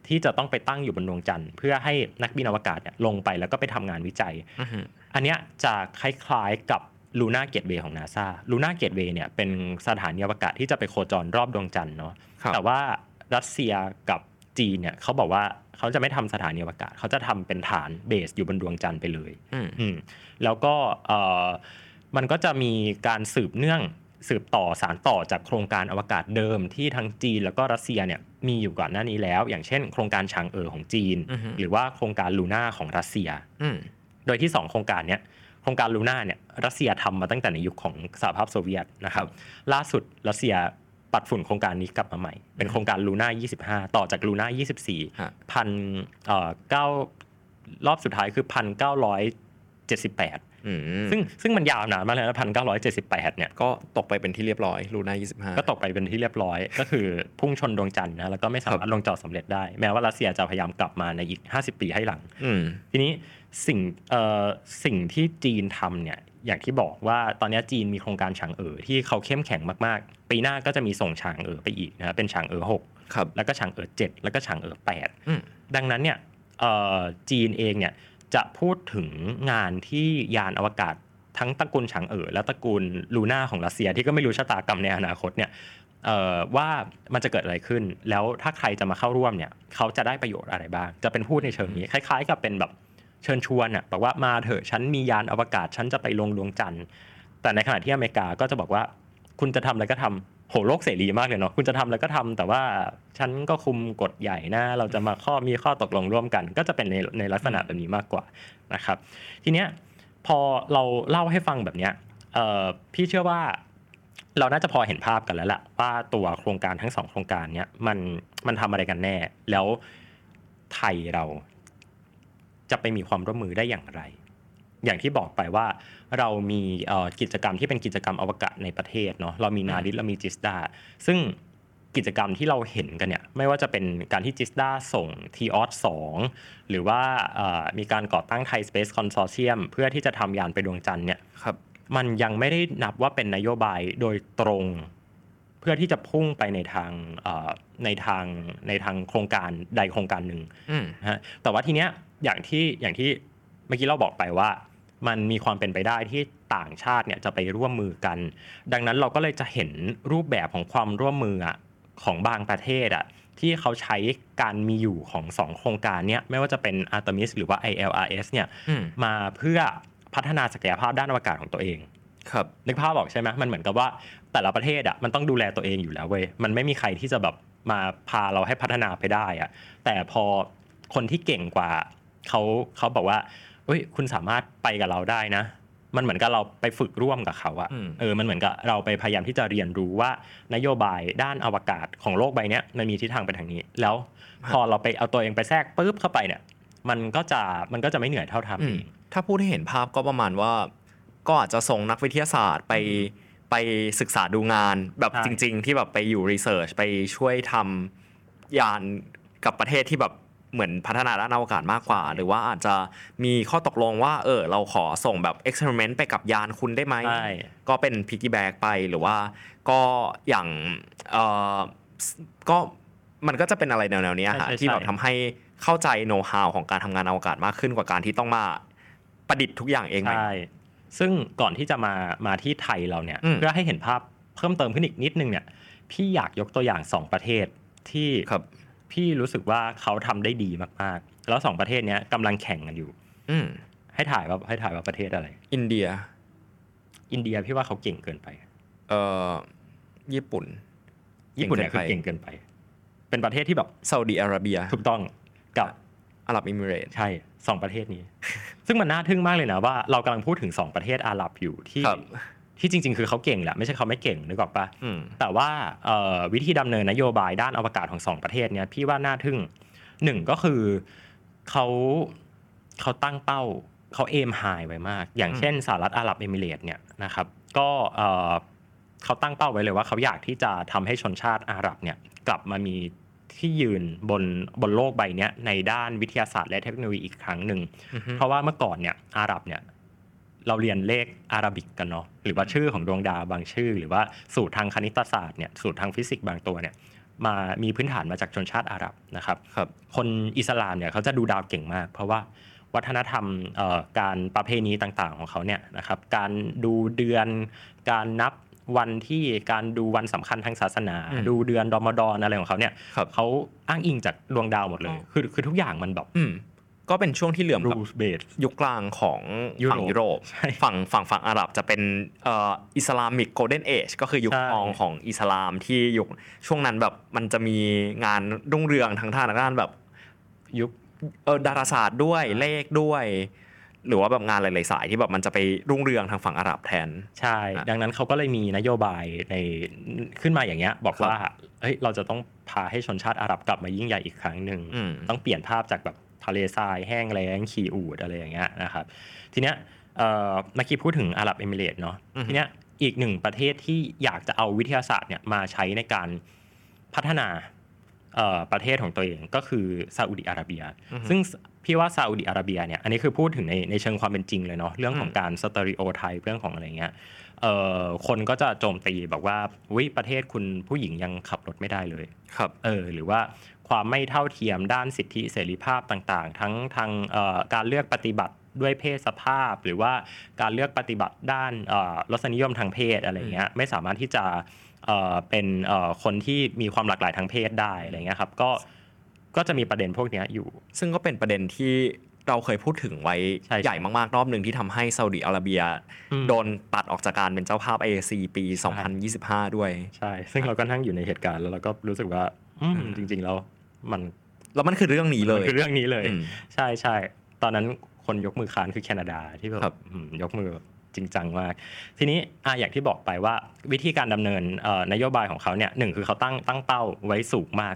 C: ที่จะต้องไปตั้งอยู่บนดวงจันทร์ เพื่อให้นักบินอวกาศเนี่ยลงไปแล้วก็ไปทำงานวิจัย
D: อือฮึ
C: อันเนี้ยจะคล้ายๆกับลูน่าเกตเวย์ของนาซาลูน่าเกตเวย์เนี่ยเป็นสถานีอวกาศที่จะไปโคจรรอบดวงจันทร์เนาะ
D: ครับ
C: แต่ว่ารัสเซียกับจีนเนี่ยเขาบอกว่าเขาจะไม่ทำสถานีอวกาศ เขาจะทำเป็นฐานเบสอยู่บนดวงจันทร์ไปเลย
D: อืม
C: อืมแล้วก็เอ่อมันก็จะมีการสืบเนื่องสืบต่อสารต่อจากโครงการอวกาศเดิมที่ทั้งจีนแล้วก็รัสเซียเนี่ยมีอยู่ก่อนหน้านี้แล้ว อย่างเช่น โครงการชางเออของจีน
D: อือฮึ
C: หรือว่าโครงการลูน่าของรัสเซีย
D: อืม
C: โดยที่ 2 โครงการเนี้ยโครงการลูน่าเนี่ยรัสเซียทำมาตั้งแต่ในยุคของสหภาพโซเวียตนะครับล่าสุดรัสเซียปัดฝุ่นโครงการนี้กลับมาใหม่ เป็นโครงการลูน่า25 ต่อจากลูน่า
D: ฮะ
C: 24พันเอ่อเก้ารอบสุดท้ายคือพันเก้าร้อยเจ็ดสิบแปด
D: อืม
C: ซึ่งซึ่งมันยาวนานมากเลยนะพันเก้าร้อยเจ็ดสิบแปดเนี่ย
D: ก็ตกไปเป็นที่เรียบร้อยลูน่ายี่สิบห้า
C: ก็ตกไปเป็นที่เรียบร้อย ก็คือพุ่งชนดวงจันทร์นะแล้วก็ไม่สามารถลงจอดสำเร็จได้ แม้ว่ารัสเซียจะพยายามกลับมาในอีก 50 ปีให้หลัง
D: อืม
C: ทีนี้สิ่งเอ่อสิ่งที่จีนทำเนี่ยอย่างที่บอกว่าตอนนี้จีนมีโครงการฉางเอ๋อที่เขาเข้มแข็งมากๆ ปีหน้าก็จะมีส่งฉางเอ๋อไปอีกนะครับเป็นฉางเอ๋อหก
D: ครับ
C: แล้วก็ฉางเอ๋อเจ็ดแล้วก็ฉางเอ๋อแปด
D: อืม
C: ดังนั้นเนี่ยเอ่อจีนเองเนี่ยจะพูดถึงงานที่ยานอวกาศ ทั้งตระกูลฉางเอ๋อและตระกูลลูน่าของรัสเซียที่ก็ไม่รู้ชะตากรรมในอนาคตเนี่ยเอ่อว่ามันจะเกิดอะไรขึ้น แล้วถ้าใครจะมาเข้าร่วมเนี่ยเขาจะได้ประโยชน์อะไรบ้าง จะเป็นพูดในเชิงนี้ คล้าย ๆ กับเป็นแบบเชิญชวนอะบอกว่ามาเถอะฉันมียานอวกาศฉันจะไปลงดวงจันทร์ แต่ในขณะที่อเมริกาก็จะบอกว่า คุณจะทำอะไรก็ทำโหโลกเสรีมากเลยเนาะคุณจะทำอะไรก็ทำแต่ว่าฉันก็คุมกฎใหญ่นะเราจะมาข้อมีข้อตกลงร่วมกัน ก็จะเป็นในในลักษณะแบบนี้มากกว่านะครับ ทีเนี้ยพอเราเล่าให้ฟังแบบเนี้ยเอ่อพี่เชื่อว่าเราน่าจะพอเห็นภาพกันแล้วล่ะว่าตัวโครงการทั้งสองโครงการเนี้ยมันมันทำอะไรกันแน่ แล้วไทยเราจะไปมีความร่วมมือได้อย่างไร อย่างที่บอกไปว่าเรามีเอ่อกิจกรรมที่เป็นกิจกรรมอวกาศในประเทศเนาะเรามีนาดิสเรามีจิสดาซึ่งกิจกรรมที่เราเห็นกันเนี่ยไม่ว่าจะเป็นการที่จิสดาส่ง t ีออสหรือว่าเอ่อมีการก่อตั้งไทย Space Consortium เพื่อที่จะทำยานไปดวงจันทร์เนี่ย
D: ครับ
C: มันยังไม่ได้นับว่าเป็นนโยบายโดยตรงเพื่อที่จะพุ่งไปในทางเอ่อในทางในทางโครงการใดโครงการหนึ่ง
D: อืม
C: นะฮะแต่ว่าทีเนี้ยอย่างที่อย่างที่เมื่อกี้เราบอกไปว่า มันมีความเป็นไปได้ที่ต่างชาติเนี่ยจะไปร่วมมือกัน ดังนั้นเราก็เลยจะเห็นรูปแบบของความร่วมมืออะของบางประเทศอะที่เขาใช้การมีอยู่ของสองโครงการเนี้ยไม่ว่าจะเป็น Artemis หรือว่า ILRS เนี่ย
D: อืม
C: มาเพื่อพัฒนาศักยภาพด้านอวกาศของตัวเอง
D: ครับ
C: นึกภาพออกใช่ไหมมันเหมือนกับว่าแต่ละประเทศอ่ะมันต้องดูแลตัวเองอยู่แล้วเว้ย มันไม่มีใครที่จะแบบมาพาเราให้พัฒนาไปได้อ่ะ แต่พอคนที่เก่งกว่าเขาเขาบอกว่าเอ้ยคุณสามารถไปกับเราได้นะ มันเหมือนกับเราไปฝึกร่วมกับเขาอะ
D: อืม
C: เออ มันเหมือนกับเราไปพยายามที่จะเรียนรู้ว่านโยบายด้านอวกาศของโลกใบเนี้ยมันมีทิศทางไปทางนี้ แล้วพอเราไปเอาตัวเองไปแทรกปุ๊บเข้าไปเนี่ย มันก็จะมันก็จะไม่เหนื่อยเท่าทำ
D: อื
C: เอ
D: ม
C: ง
D: ถ้าพูดให้เห็นภาพก็ประมาณว่า ก็อาจจะส่งนักวิทยาศาสตร์ไปไปศึกษาดูงานแบบ
C: ใช่
D: จริง ๆ ที่แบบไปอยู่รีเสิร์ชไปช่วยทำยานกับประเทศที่แบบเหมือนพัฒนาด้านอวกาศมากกว่า หรือว่าอาจจะมีข้อตกลงว่า เออ เราขอส่งแบบเอ็กซ์เพร์เมนต์ไปกับยานคุณได้ไหม
C: ใช่
D: ก็เป็นพิกกี้แบกไปหรือว่าก็อย่างเอ่อสก็มันก็จะเป็นอะไรแนวๆเนี้ยฮะ
C: ใช่ใช่
D: ที่แบบ
C: ใช่
D: ทำให้เข้าใจโน้ต h าวของการทำงานอวกาศมากขึ้นกว่าการที่ต้องมาประดิษฐ์ทุกอย่างเองใหม่
C: ใช่ ซึ่งก่อนที่จะมา มาที่ไทยเราเนี่ย
D: อืม
C: เพื่อให้เห็นภาพเพิ่มเติมขึ้นอีกนิดนึงเนี่ย พี่อยากยกตัวอย่างสองประเทศที่
D: ครับ
C: พี่รู้สึกว่าเขาทำได้ดีมากๆ แล้วสองประเทศเนี้ยกำลังแข่งกันอยู่
D: อืม
C: ให้ถ่ายว่าให้ถ่ายว่าประเทศอะไร
D: อินเดีย
C: อินเดียพี่ว่าเขาเก่งเกินไป
D: เอ่อญี่ปุ่น
C: ญี่ปุ่นเนี่ยคือ
D: เก่
C: เก่ง
D: งเกิ
C: เกิน
D: น
C: ไป
D: ไป
C: เป็นประเทศที่แบบ
D: ซาอุดีอาระเบีย
C: ถูกต้องกับ
D: อาหรับเอมิเรตส์
C: ใช่สองประเทศนี้ ซึ่งมันน่าทึ่งมากเลยนะว่าเรากำลังพูดถึงสองประเทศอาหรับอยู่ที่
D: ครับ
C: ที่จริง ๆ คือเขาเก่งแหละไม่ใช่เขาไม่เก่งนึกออกปะ
D: อืม
C: แต่ว่าเอ่อวิธีดำเนินนโยบายด้านอวกาศของสองประเทศเนี้ยพี่ว่าน่าทึ่งหนึ่งก็คือเขาเขาตั้งเป้าเขาเอมไฮไว้มาก อย่าง
D: อืม
C: เช่นสหรัฐอาหรับเอมิเรตส์เนี่ยนะครับก็เอ่อเขาตั้งเป้าไว้เลยว่าเขาอยากที่จะทำให้ชนชาติอาหรับเนี่ยกลับมามีที่ยืนบนบนโลกใบเนี้ยในด้านวิทยาศาสตร์และเทคโนโลยีอีกครั้งหนึ่ง
D: อือฮึ
C: เพราะว่าเมื่อก่อนเนี่ยอาหรับเนี่ยเราเรียนเลขอาราบิกกันเนาะหรือว่าชื่อของดวงดาวบางชื่อ หรือว่าสูตรทางคณิตศาสตร์เนี่ยสูตรทางฟิสิกส์บางตัวเนี่ยมามีพื้นฐานมาจากชนชาติอาหรับนะครับ
D: ครับ
C: นอิสลามเนี่ยเขาจะดูดาวเก่งมาก เพราะว่าวัฒนธรรมเอ่อการประเพณีต่างๆของเขาเนี่ยนะครับการดูเดือนการนับวันที่การดูวันสำคัญทางศาสนา ดูเดือนรอมฎอนอะไรของเขาเนี่ย
D: ครับ
C: เขาอ้างอิงจากดวงดาวหมดเลย
B: อ๋อ
C: คือคือทุกอย่างมันแบบ
D: อืมก็เป็นช่วงที่เหลื่อมกับ
C: rules based
D: ยุคกลางของ
C: ยุโรป
D: ฝั่งยุโรป
C: ใช่
D: ฝั่งฝั่งฝั่งอาหรับจะเป็นเอ่ออิสลามิกโกลเด้นเอจก็คือยุค
C: ใช่
D: ทองของอิสลามที่ยุคช่วงนั้นแบบมันจะมีงานรุ่งเรืองทางทางด้านแบบ
C: ยุค
D: เออดาราศาสตร์ด้วยเลขด้วย หรือว่าแบบงานหลาย ๆ สายที่แบบมันจะไปรุ่งเรืองทางฝั่งอาหรับแทน
C: ใช่
D: อ่ะ
C: ดังนั้นเขาก็เลยมีนโยบายในขึ้นมาอย่างเงี้ย บอก
D: ครับ
C: ว่าเฮ้ยเราจะต้องพาให้ชนชาติอาหรับกลับมายิ่งใหญ่อีกครั้งหนึ่ง
D: อืม
C: ต้องเปลี่ยนภาพจากแบบทะเลทรายแห้งแล้งขี่อูดอะไรอย่างเงี้ยนะครับทีเนี้ยเอ่อเมื่อกี้พูดถึงอาหรับเอมิเรตส์เนาะ
D: อือฮึ
C: ทีเนี้ยอีกหนึ่งประเทศที่อยากจะเอาวิทยาศาสตร์เนี่ยมาใช้ในการพัฒนาเอ่อประเทศของตัวเองก็คือซาอุดิอาระเบีย ซึ่งพี่ว่าซาอุดิอาระเบียเนี่ยอันนี้คือพูดถึงในในเชิงความเป็นจริงเลยเนาะเรื่องของการสเตอริโอไทป์เรื่องของอะไรเงี้ยเอ่อคนก็จะโจมตีบอกว่าวิประเทศคุณผู้หญิงยังขับรถไม่ได้เลย
D: ครับ
C: เออหรือว่าความไม่เท่าเทียมด้านสิทธิเสรีภาพต่างๆ ทั้งทางเอ่อการเลือกปฏิบัติ ด้วยเพศสภาพ หรือว่าการเลือกปฏิบัติด้านเอ่อรสนิยมทางเพศอะไรเงี้ยไม่สามารถที่จะเอ่อเป็นเอ่อคนที่มีความหลากหลายทางเพศได้อะไรเงี้ยครับก็ก็จะมีประเด็นพวกเนี้ยอยู่
D: ซึ่งก็เป็นประเด็นที่เราเคยพูดถึงไว้
C: ใช่ใช่
D: ใหญ่มากๆ รอบหนึ่งที่ทำให้ซาอุดีอาระเบีย
C: อืม
D: โดนตัดออกจากการเป็นเจ้าภาพ AAC ปี 2025 ด้วย
C: ใช่ ซึ่งเราก็นั่งอยู่ในเหตุการณ์แล้วเราก็รู้สึกว่าอืม
D: อืม
C: จริง ๆ แล้วมัน
D: แล้วมันคือเรื่องนี้เล
C: มัน
D: ย
C: คือเรื่องนี้เลย
D: อืม
C: ใช่ใช่ตอนนั้นคนยกมือค้านคือแคนาดาที่แบ
D: ครับ
C: อืมยกมือแบบจริงจังมาก ทีนี้อ่ะอย่างที่บอกไปว่าวิธีการดำเนินเอ่อนโยบายของเขาเนี่ยหนึ่งคือเขาตั้งตั้งเป้าไว้สูงมาก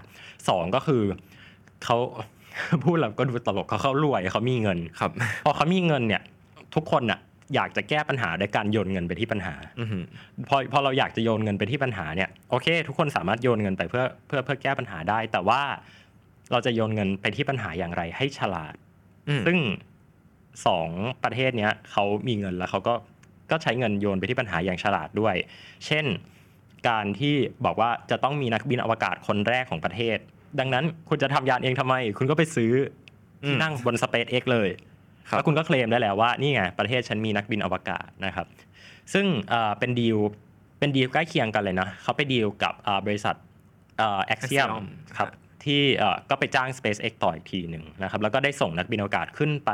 C: สองก็คือเขา พูดแล้วก็ดูตลกเขาเขารวยเขามีเงิน
D: ครับ
C: พอเขามีเงินเนี่ยทุกคนอ่ะอยากจะแก้ปัญหาด้วยการโยนเงินไปที่ปัญหา
D: อือหือ
C: พอพอเราอยากจะโยนเงินไปที่ปัญหาเนี่ยโอเค ทุกคนสามารถโยนเงินไปเพื่อเพื่อเพื่อแก้ปัญหาได้ แต่ว่าเราจะโยนเงินไปที่ปัญหาอย่างไรให้ฉลาด
D: อืม
C: ซึ่งสองประเทศเนี้ยเขามีเงินแล้วเขาก็ก็ใช้เงินโยนไปที่ปัญหาอย่างฉลาดด้วย เช่นการที่บอกว่าจะต้องมีนักบินอวกาศคนแรกของประเทศ ดังนั้นคุณจะทำยานเองทำไม คุณก็ไปซื้อที่
D: อืม
C: นั่งบน SpaceX เลย
D: ครับ
C: แล้วคุณก็เคลมได้แล้วว่านี่ไงประเทศฉันมีนักบินอวกาศนะครับ ซึ่งเอ่อเป็นดีลเป็นดีลใกล้เคียงกันเลยนะเขาไปดีลกับเอ่อบริษัทแอคเซียม
D: Axiom
C: ครับ ที่เอ่อก็ไปจ้าง SpaceX ต่ออีกทีหนึ่งนะครับ แล้วก็ได้ส่งนักบินอวกาศขึ้นไป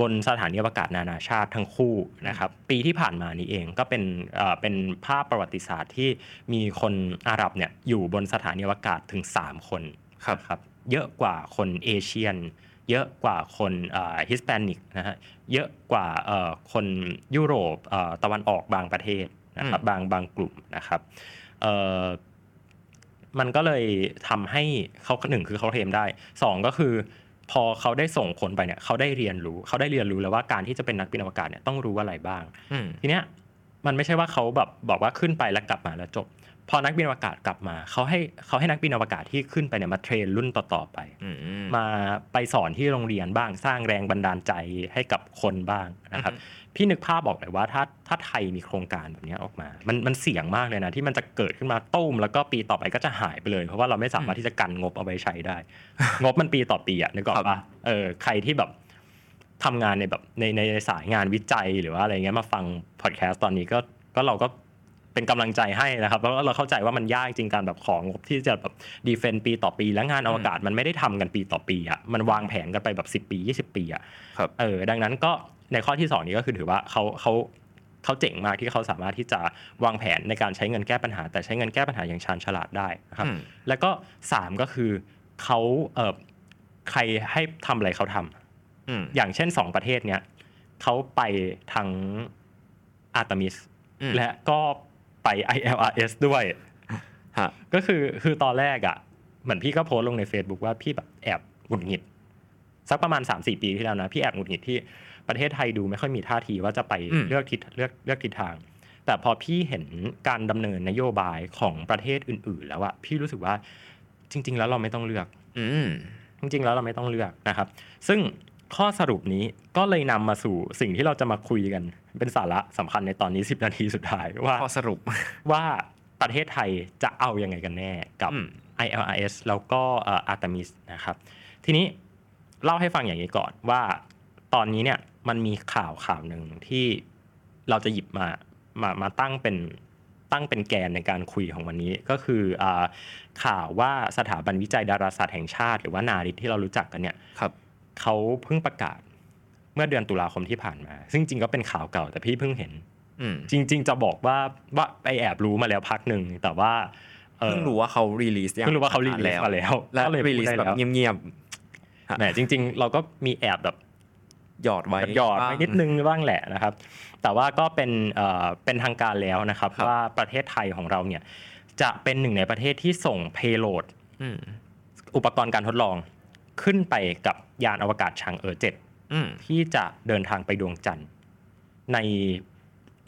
C: บนสถานีอวกาศนานาชาติทั้งคู่นะครับ ปีที่ผ่านมานี้เองก็เป็นเอ่อเป็นภาพประวัติศาสตร์ที่มีคนอาหรับเนี่ยอยู่บนสถานีอวกาศถึง 3 คน
D: ครับ
C: ครับ เยอะกว่าคนเอเชียน เยอะกว่าคนฮิสแปนิกนะฮะเยอะกว่าเอ่อคนยุโรปเอ่อตะวันออกบางประเทศนะครับ
D: อืม
C: บางบางกลุ่มนะครับเอ่อ มันก็เลยทำให้เขาหนึ่งคือเขาเคลมได้สองก็คือพอเขาได้ส่งคนไปเนี่ยเขาได้เรียนรู้เขาได้เรียนรู้แล้วว่าการที่จะเป็นนักบินอวกาศเนี่ยต้องรู้อะไรบ้าง
D: อืม
C: ทีเนี้ยมันไม่ใช่ว่าเขาแบบบอกว่าขึ้นไปแล้วกลับมาแล้วจบ พอนักบินอวกาศกลับมาเขาให้เขาให้นักบินอวกาศที่ขึ้นไปเนี่ยมาเทรนรุ่นต่อๆไป
D: อืม
C: มาไปสอนที่โรงเรียนบ้างสร้างแรงบันดาลใจให้กับคนบ้างนะครับ
D: อือฮึ
C: พี่นึกภาพบอกเลยว่าถ้าถ้าไทยมีโครงการแบบเนี้ยออกมา มันมันเสี่ยงมากเลยนะ ที่มันจะเกิดขึ้นมาตุ้มแล้วก็ปีต่อไปก็จะหายไปเลย เพราะว่าเราไม่สามารถที่จะกันงบเอาไปใช้ได้ งบมันปีต่อปีอะนึกออกปะเออใครที่แบบทำงานในแบบในในในสายงานวิจัยหรือว่าอะไรเงี้ยมาฟังพอดแคสต์ตอนนี้ก็ก็เราก็เป็นกำลังใจให้นะครับแล้วก็เราเข้าใจว่ามันยากจริงการแบบของงบที่จะแบบดีเฟนต์ปีต่อปี และงานอวกาศมันไม่ได้ทำกันปีต่อปีอะมันวางแผนกันไปแบบ 10 ปี 20 ปีอะ
D: ครับ
C: เออดังนั้นก็ในข้อที่ 2 นี้ก็คือถือว่าเขาเขาเขาเจ๋งมากที่เขาสามารถที่จะวางแผนในการใช้เงินแก้ปัญหา แต่ใช้เงินแก้ปัญหาอย่างชาญฉลาดได้นะครับ
D: อืม
C: แล้วก็ 3 ก็คือเขาเออใครให้ทำอะไรเขาทำ
D: อืม
C: อย่างเช่น 2 ประเทศเนี้ยเขาไปทั้งอาร์ตมิส
D: อืม
C: และก็ไป ILRS ด้วย
D: ฮะ
C: ก็คือคือตอนแรกอะ่ะเหมือนพี่ก็โพสต์ลงใน Facebook ว่าพี่แบบแอบหงุดหงิด สักประมาณ 3 4 ปีที่แล้วนะ พี่แอบหงุดหงิดที่ประเทศไทยดูไม่ค่อยมีท่าทีว่าจะไป
D: อืม
C: เลือกทิศเลือกเลือกทิศทาง แต่พอพี่เห็นการดำเนินนโยบายของประเทศอื่น ๆ แล้วอะพี่รู้สึกว่าจริง ๆ แล้วเราไม่ต้องเลือก
D: อืม
C: จริงๆแล้วเราไม่ต้องเลือกนะครับ ซึ่งข้อสรุปนี้ก็เลยนำมาสู่สิ่งที่เราจะมาคุยกัน เป็นสาระสำคัญในตอนนี้ 10 นาทีสุดท้ายว่า
D: ข้อสรุป
C: ว่าประเทศไทยจะเอายังไงกันแน่กับ
D: อืม
C: ILRS แล้วก็เอ่อาร์ตมิสนะครับ ทีนี้เล่าให้ฟังอย่างนี้ก่อนว่าตอนนี้เนี่ยมันมีข่าวข่าวหนึ่งที่เราจะหยิบมามามาตั้งเป็นตั้งเป็นแกนในการคุยของวันนี้ก็คืออาข่าวว่าสถาบันวิจัยดาราศาสตร์แห่งชาติ หรือว่านาริตที่เรารู้จักกันเนี่ย
D: ครับ
C: เขาเพิ่งประกาศเมื่อเดือนตุลาคมที่ผ่านมา ซึ่งจริงๆก็เป็นข่าวเก่าแต่พี่เพิ่งเห็น
D: อืม
C: จริง ๆ จะบอกว่าว่าไปแอบรู้มาแล้วพักหนึ่งแต่ว่าอ่อ
D: เพิ่งรู้ว่าเขารีลีสยัง
C: เพิ่งรู้ว่าเขารีลีสมาแล้ว
D: และ
C: ก็เลย
D: รี
C: พูด
D: ลีส
C: ได้
D: แบบ
C: ล้ว
D: เงียบ
C: แหมจริง ๆ เราก็มีแอบแบบ
D: ๆหยอดไว้
C: แบบหยอด
D: บ้า
C: ไว้นิดนึงบ้างแหละนะครับ แต่ว่าก็เป็นเอ่อเป็นทางการแล้วนะครับ
D: ครับ
C: ว่าประเทศไทยของเราเนี่ยจะเป็นหนึ่งในประเทศที่ส่งเพโลด
D: อืม
C: อุปกรณ์การทดลองขึ้นไปกับยานอวกาศชางเออเจ็ด
D: อืม
C: ที่จะเดินทางไปดวงจันทร์ใน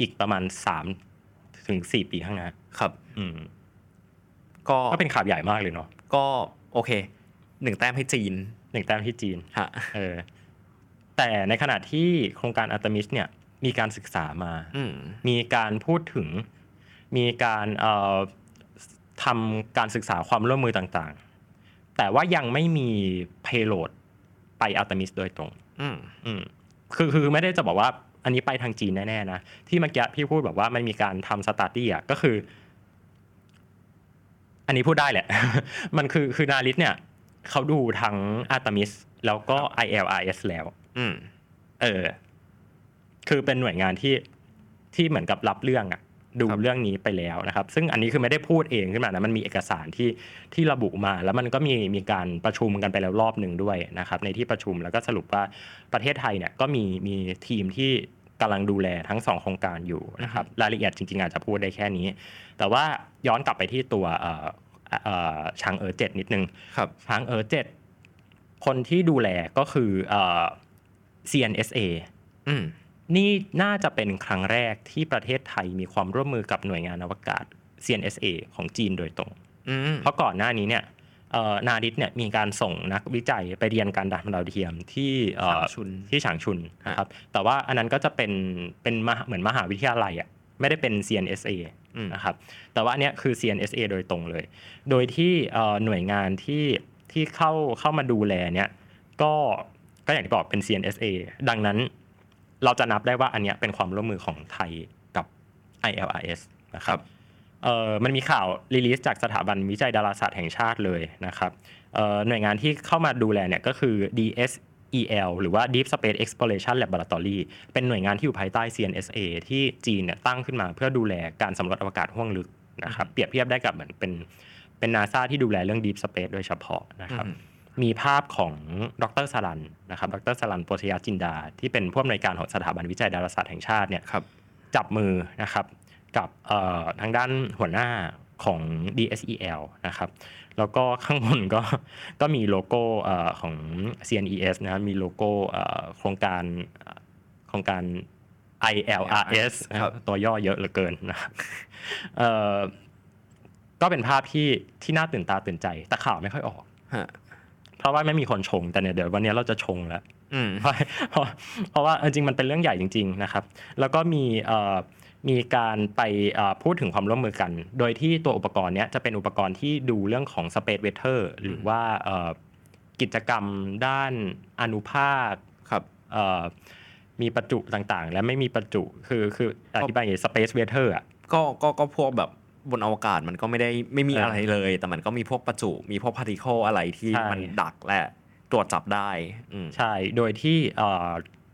C: อีกประมาณ3ถึง4ปีข้างหน้า
D: ครับ
C: อืม
D: ก็
C: ก็เป็นข่าวใหญ่มากเลยเนาะ
D: ก็โอเคหนึ่งแต้มให้จีน
C: หนึ่งแต้มที่จีน
D: ฮะ
C: เออแต่ในขณะที่โครงการอัตมิสเนี่ยมีการศึกษามา
D: อืม
C: มีการพูดถึงมีการเอ่อทำการศึกษาความร่วมมือต่างๆ แต่ว่ายังไม่มีเพโลดไปอัตมิสโดยตรง
D: อืม
C: อืม คือคือไม่ได้จะบอกว่าอันนี้ไปทางจีนแน่ๆนะ ที่เมื่อกี้พี่พูดแบบว่ามันมีการทำสตาร์ดี้อ่ะก็คือ อันนี้พูดได้แหละ มันคือคือนาริสเนี่ยเขาดูทั้งอาร์ตมิสแล้วก็ ILRS แล้ว
D: อืม
C: เออ คือเป็นหน่วยงานที่ที่เหมือนกับรับเรื่องอะดู
D: ครับ
C: เรื่องนี้ไปแล้วนะครับ ซึ่งอันนี้คือไม่ได้พูดเองขึ้นมานะมันมีเอกสารที่ที่ระบุมา แล้วมันก็มีมีการประชุมกันไปแล้วรอบหนึ่งด้วยนะครับ ในที่ประชุมแล้วก็สรุปว่าประเทศไทยเนี่ยก็มีมีทีมที่กำลังดูแลทั้งสองโครงการอยู่นะครับรายละเอียดจริงๆ อาจจะพูดได้แค่นี้ แต่ว่าย้อนกลับไปที่ตัวเอ่อเอ่อช้างเออเจ็ดนิดนึง
D: ครับ
C: ช้างเออเจ็ดคนที่ดูแลก็คือเอ่อ CNSA
D: อืม
C: นี่น่าจะเป็นครั้งแรกที่ประเทศไทยมีความร่วมมือกับหน่วยงานอวกาศ CNSA ของจีนโดยตรง
D: อืม
C: เพราะก่อนหน้านี้เนี่ยเอ่อนาดิสเนี่ยมีการส่งนักวิจัยไปเรียนการดานดาวเทียมที่เอ่อ
D: ชุน
C: ที่ฉางชุนนะครับ แต่ว่าอันนั้นก็จะเป็นเป็นมหาเหมือนมหาวิทยาลัยอ่ะ ไม่ได้เป็น CNSA
D: อืม
C: นะครับ แต่ว่าอันเนี้ยคือ CNSA โดยตรงเลย โดยที่เอ่อหน่วยงานที่ที่เข้าเข้ามาดูแลเนี้ยก็ก็อย่างที่บอกเป็น CNSA ดังนั้นเราจะนับได้ว่าอันเนี้ยเป็นความร่วมมือของไทยกับ ILRS นะครับ เอ่อมันมีข่าวรีลีสจากสถาบันวิจัยดาราศาสตร์แห่งชาติเลยนะครับเอ่อหน่วยงานที่เข้ามาดูแลเนี่ยก็คือ DSEL หรือว่า Deep Space Exploration Laboratory เป็นหน่วยงานที่อยู่ภายใต้ CNSA ที่จีนเนี่ยตั้งขึ้นมาเพื่อดูแลการสำรวจอวกาศห้วงลึกนะครับเปรียบเทียบได้กับเหมือนเป็นเป็นนาซาที่ดูแลเรื่อง Deep Space โดยเฉพาะนะครับ
D: อืม
C: มีภาพของดรสรันนะครับดรสรันโปชยจินดา ที่เป็นผู้อำนวยการของสถาบันวิจัยดาราศาสตร์แห่งชาติเนี่ย
D: ครับ
C: จับมือนะครับกับเอ่อทางด้านหัวหน้าของ DSEL นะครับ แล้วก็ ข้างบนก็ ก็มีโลโก้เอ่อของ CNES นะครับมีโลโก้เอ่อโครงการโครงการ ILRS นะครับตัวย่อเยอะเหลือเกินนะครับ เอ่อก็เป็นภาพที่ที่น่าตื่นตาตื่นใจ แต่ข่าวไม่ค่อยออก
D: ฮะ
C: เพราะว่าไม่มีคนชง แต่เนี่ยเดี๋ยววันนี้เราจะชงแล้ว
D: อืม
C: เพราะเพราะ เพราะว่าจริงๆมันเป็นเรื่องใหญ่จริง ๆนะครับ แล้วก็มีเอ่อมีการไปเอ่อพูดถึงความร่วมมือกัน โดยที่ตัวอุปกรณ์เนี้ยจะเป็นอุปกรณ์ที่ดูเรื่องของ Space Weather หรือว่าเอ่อกิจกรรมด้านอนุภาค
D: ครับ
C: เอ่อมีประจุต่างๆ และไม่มีประจุคือคืออธิบายอย่างนี้ Space Weather อะ
D: ก็ก็ก็พวกแบบบนอวกาศมันก็ไม่ได้ไม่มี
C: เอออ
D: อะไรเลย แต่มันก็มีพวกประจุ มีพวกพาร์ติเคิลอะไรที่
C: ใช่
D: มันดักและตรวจจับได้อืม
C: ใช่ โดยที่เ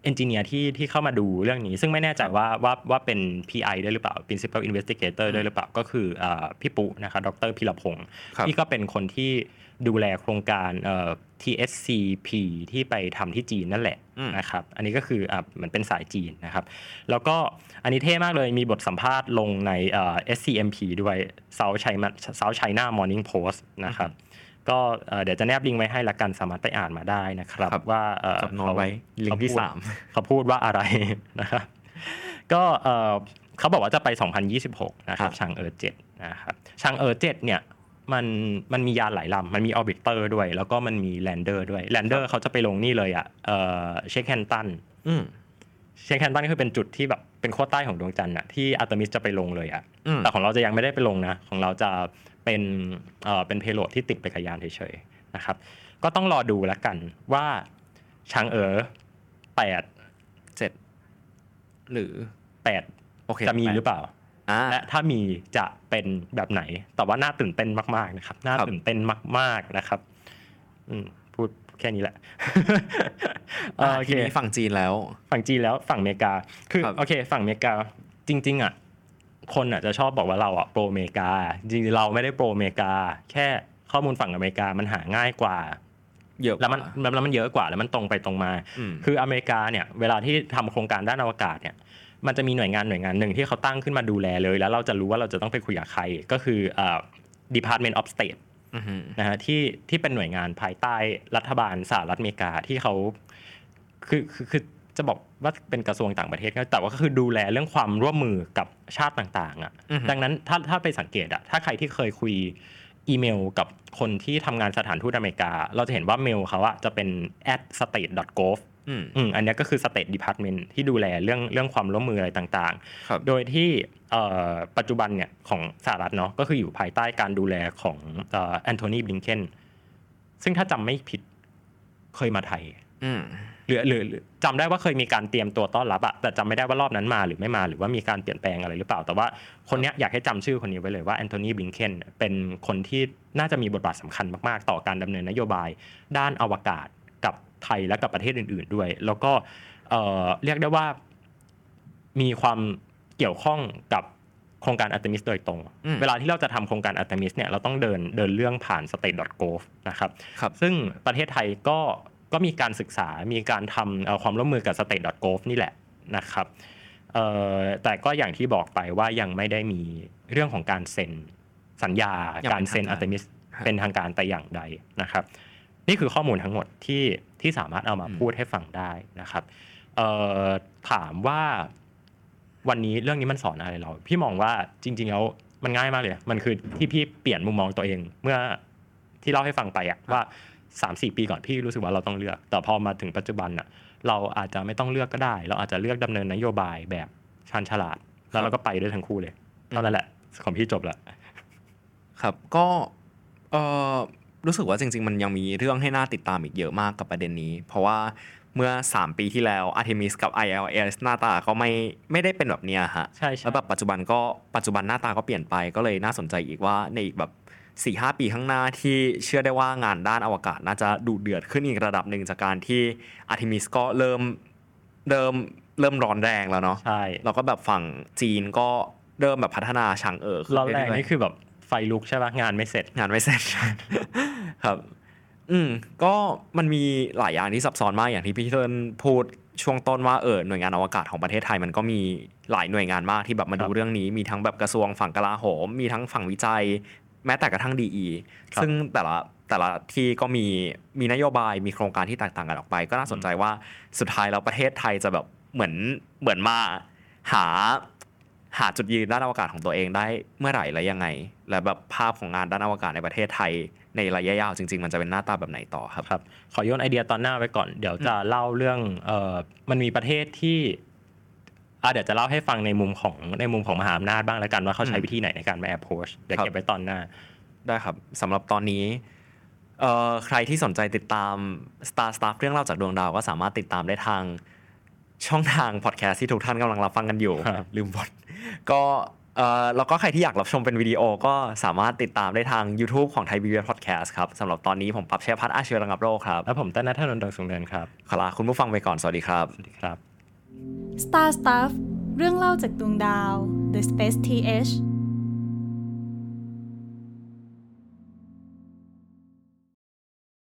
C: อนจิเนียร์ที่ที่เข้ามาดูเรื่องนี้ ซึ่งไม่แน่ใจว่าว่าว่าเป็น PI ด้วยหรือเปล่า Principal Investigator ด้วยหรือเปล่า ก็คือเอ่อพี่ปุ๊นะครับดรพิรพงศ์
D: ครับ
C: ที่ก็เป็นคนที่ดูแลโครงการเอ่อ TSCP ที่ไปทำที่จีนนั่นแหละนะครับ อันนี้ก็คืออ่ะเหมือนเป็นสายจีนนะครับ แล้วก็อันนี้เท่มากเลยมีบทสัมภาษณ์ลงในเอ่อ SCMP ด้วย South China South China Morning Post นะครับ ก็เอ่อเดี๋ยวจะแนบลิงก์ไว้ให้ละกันสามารถไปอ่านมาได้นะครับ
D: ครับ
C: ว่าเอ่อ
D: จดโน้ตไว้
C: เขา
D: ลิงก์ที่
C: เขพูด
D: สาม
C: เขาพูดว่าอะไร นะครับ ก็เอ่อเขาบอกว่าจะไป 2026 นะครับชางเอิร์ธเจ็ดนะครับชางเอิร์ธเจ็ดเนี่ยมันมันมียานหลายลำ มันมีออร์บิเตอร์ด้วย แล้วก็มันมีแลนเดอร์ด้วยแลนเดอร์เขาจะไปลงนี่เลยอ่ะเอ่อเชคแฮนตัน
D: อืม
C: เชียงแคนตันก็คือเป็นจุดที่แบบเป็นขั้วใต้ของดวงจันทร์อะที่อัตมิสจะไปลงเลยอะ
D: อืม
C: แต่ของเราจะยังไม่ได้ไปลงนะ ของเราจะเป็นเอ่อเป็นเพโลดที่ติดไปกับยานเฉยๆนะครับ ก็ต้องรอดูแล้วกันว่าช้างเอ๋อแปด
D: เจ็ดหรือ
C: แปด
D: โอเค
C: จะมีหรือ
D: แปด
C: เปล่า
D: อ่า
C: และถ้ามีจะเป็นแบบไหน แต่ว่าน่าตื่นเต้นมากๆนะครับ น่า
D: ครับ
C: ตื่นเต้นมาก ๆนะครับ อืมพูดแค่นี้แหละ เอ่อ
D: อ่า
C: โอเค
D: ทีนี้ฝั่งจีนแล้ว
C: ฝั่งจีนแล้วฝั่งอเมริกา คือ
D: ครับ
C: โอเค ฝั่งอเมริกาจริง ๆอ่ะคนอ่ะจะชอบบอกว่าเราอ่ะโปรอเมริกา จริงๆเราไม่ได้โปรอเมริกา แค่ข้อมูลฝั่งอเมริกามันหาง่ายกว่า
D: เยอะ
C: แล้วมัน
D: กา
C: แล้วมันเยอะกว่าแล้วมันตรงไปตรงมา
D: อืม
C: คืออเมริกาเนี่ยเวลาที่ทำโครงการด้านอวกาศเนี่ยมันจะมีหน่วยงานหน่วยงานหนึ่งที่เขาตั้งขึ้นมาดูแลเลย แล้วเราจะรู้ว่าเราจะต้องไปคุยกับใครก็คือเอ่อ Department of State
D: อือฮึ
C: นะฮะที่ที่เป็นหน่วยงานภายใต้รัฐบาลสหรัฐอเมริกาที่เขาคือคือคือจะบอกว่าเป็นกระทรวงต่างประเทศก็แต่ว่าก็คือดูแลเรื่องความร่วมมือกับชาติต่างๆอะ่ะ
D: อือฮึ
C: ดังนั้นถ้าถ้าไปสังเกตอะถ้าใครที่เคยคุยอีเมลกับคนที่ทำงานสถานทูตอเมริกา เราจะเห็นว่าเมลเขาอะจะเป็น at state gov
D: อืม
C: อืมอันเนี้ยก็คือ state department ที่ดูแลเรื่องเรื่องความร่วมมืออะไรต่าง
D: ครับ
C: ๆ โดยที่เอ่อปัจจุบันเนี่ยของสหรัฐเนาะก็คืออยู่ภายใต้การดูแลของแอนโทนีบลิงเคนซึ่งถ้าจำไม่ผิดเคยมาไทย
D: อืม
C: หรือหรือหรือจำได้ว่าเคยมีการเตรียมตัวต้อนรับอะแต่จำไม่ได้ว่ารอบนั้นมาหรือไม่มาหรือว่ามีการเปลี่ยนแปลงอะไรหรือเปล่า แต่ว่าคนเนี้ยอยากให้จำชื่อคนนี้ไว้เลยว่าแอนโทนีบลิงเคนเป็นคนที่น่าจะมีบทบาทสำคัญมากๆ ต่อการดำเนินนโยบาย ด้านอวกาศกับไทยและกับประเทศอื่น ๆ ด้วย แล้วก็เอ่อเรียกได้ว่ามีความเกี่ยวข้องกับโครงการอัตมิสโดยตรง
D: อืม
C: เวลาที่เราจะทำโครงการอัตมิสเนี่ยเราต้องเดินเดินเรื่องผ่าน state.gov นะครับ
D: ครับ
C: ซึ่งประเทศไทยก็ก็มีการศึกษา มีการทำเอ่อความร่วมมือกับ state.gov นี่แหละนะครับเอ่อแต่ก็อย่างที่บอกไปว่ายังไม่ได้มีเรื่องของการเซ็นสัญญาย
D: งไม่
C: การเซ็น
D: ทาง
C: อั
D: การ
C: ตมิส
D: ฮะ
C: เป็นทางการแต่อย่างใดนะครับ นี่คือข้อมูลทั้งหมดที่ที่สามารถเอามา
D: อืม
C: พูดให้ฟังได้นะครับเอ่อถามว่าวันนี้เรื่องนี้มันสอนอะไรเรา พี่มองว่าจริงๆแล้วมันง่ายมากเลย มันคือที่พี่เปลี่ยนมุมมองตัวเอง เมื่อที่เล่าให้ฟังไปอะว่า สามสี่ปีก่อนพี่รู้สึกว่าเราต้องเลือก แต่พอมาถึงปัจจุบันน่ะ เราอาจจะไม่ต้องเลือกก็ได้ เราอาจจะเลือกดำเนินนโยบายแบบชาญฉลาด แล้วเราก็ไปด้วยทั้งคู่เลยเท่านั้นแหละของพี่จบละ
D: ครับก็เอ่อรู้สึกว่าจริง ๆ มันยังมีเรื่องให้น่าติดตามอีกเยอะมากกับประเด็นนี้ เพราะว่าเมื่อ 3 ปีที่แล้ว Artemis กับ ILS หน้าตาก็ไม่ไม่ได้เป็นแบบเนี้ยฮะ
C: ใช่ใช่
D: แล้วแบบปัจจุบันก็ปัจจุบันหน้าตาก็เปลี่ยนไปก็เลยน่าสนใจอีกว่าในอีกแบบ4ีหปีข้างหน้าที่เชื่อได้ว่างานด้านอวกาศน่าจะดูเดือดขึ้นอีกระดับหนึ่งจากการที่ Artemis ก็เริ่มเริ่มเริ่มร้อนแรงแล้วเนาะ
C: ใช่
D: แล้วก็แบบฝั่งจีนก็เริ่มแบบพัฒนาชางเอ๋อขึ้น
C: เราแร
D: เย
C: ก
D: ๆ
C: นี่คือแบบไฟลุกใช่ปะงานไม่เสร็จ
D: งานไม่เสร็จ ครับ อืม ก็มันมีหลายอย่างที่ซับซ้อนมากอย่างที่พี่เทิร์นพูดช่วงต้นว่าเออหน่วยงานอวกาศของประเทศไทยมันก็มีหลายหน่วยงานมากที่แบบมาดู
C: ครับ
D: เรื่องนี้ มีทั้งแบบกระทรวงฝั่งกลาโหม มีทั้งฝั่งวิจัย แม้แต่กระทั่งดี
C: ครับ
D: ซึ่งแต่ละแต่ละที่ก็มีมีนโยบายมีโครงการที่แตกต่างกันออกไป ก็น่าสนใจว่าสุดท้ายแล้วประเทศไทยจะแบบเหมือนเหมือนมาหา หาจุดยืนด้านอวกาศของตัวเองได้เมื่อไหร่และยังไง และแบบภาพของงานด้านอวกาศในประเทศไทย ในระยะยาวจริง ๆ มันจะเป็นหน้าตาแบบไหนต่อครับ
C: ครับขอโยนไอเดียตอนหน้าไว้ก่อน เดี๋ยวจะเล่าเรื่องเออมันมีประเทศที่อ่ะเดี๋ยวจะเล่าให้ฟังในมุมของในมุมของมหาอำนาจบ้างแล้วกันว่าเขาใช้
D: อืม
C: วิธีไหนในการมาแอบโพสเดี๋ยว
D: ครับ
C: เก็บไว้ตอนหน้า
D: ได้ครับสำหรับตอนนี้เอ่อใครที่สนใจติดตาม Star Stuff เรื่องเล่าจากดวงดาวก็สามารถติดตามได้ทางช่องทางพอดแคสต์ที่ทุกท่านกำลังรับฟังกันอยู่
C: ครับ
D: ลืมบทก็เอ่อแล้วก็ใครที่อยากรับชมเป็นวิดีโอก็สามารถติดตามได้ทาง YouTube ของไทยบีบีพอดแคสต์ครับสำหรับตอนนี้ผมปรับแชร์พัฒน์อาเชีวรังับโรคครับ
C: แล้วผมต้นนัทนนท์ดวงสูงเนินครับ
D: ขอลาคุณผู้ฟังไปก่อนสวัสดีครับ
C: สวัสดีครับ
B: Star Stuff เรื่องเล่าจากดวงดาว The Space TH